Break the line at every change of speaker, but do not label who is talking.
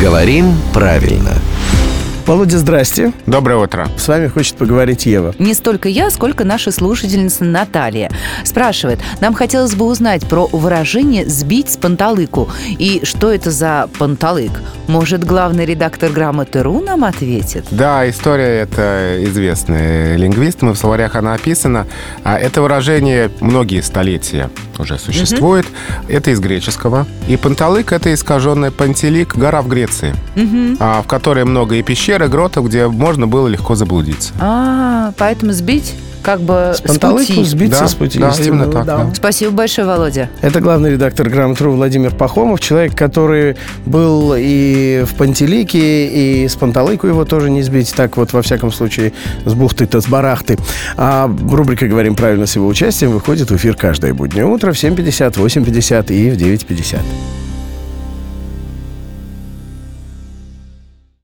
Говорим правильно.
Володя, здрасте.
Доброе утро.
С вами хочет поговорить Ева.
Не столько я, сколько наша слушательница Наталья. Спрашивает, нам хотелось бы узнать про выражение «сбить с панталыку» и что это за панталык. Может, главный редактор «Грамоты.ру» нам ответит?
Да, история это известная лингвистам, и в словарях она описана. А Это выражение многие столетия уже существует. Это из греческого. И панталык — это искаженный пантелик, гора в Греции, а, в которой много и пещер, и гротов, где можно было легко заблудиться.
А, поэтому сбить как бы с,
С панталыку
пути.
сбиться
Да,
с пути.
да,
истинного,
именно так, да.
Спасибо большое, Володя.
Это главный редактор «Грамотру» Владимир Пахомов, человек, который был и в Пантелике, и с Панталыку его тоже не сбить, так вот, во всяком случае, с бухты-то, с барахты. А рубрика «Говорим правильно» с его участием выходит в эфир каждое буднее утро в 7.50, 8.50 и в 9.50.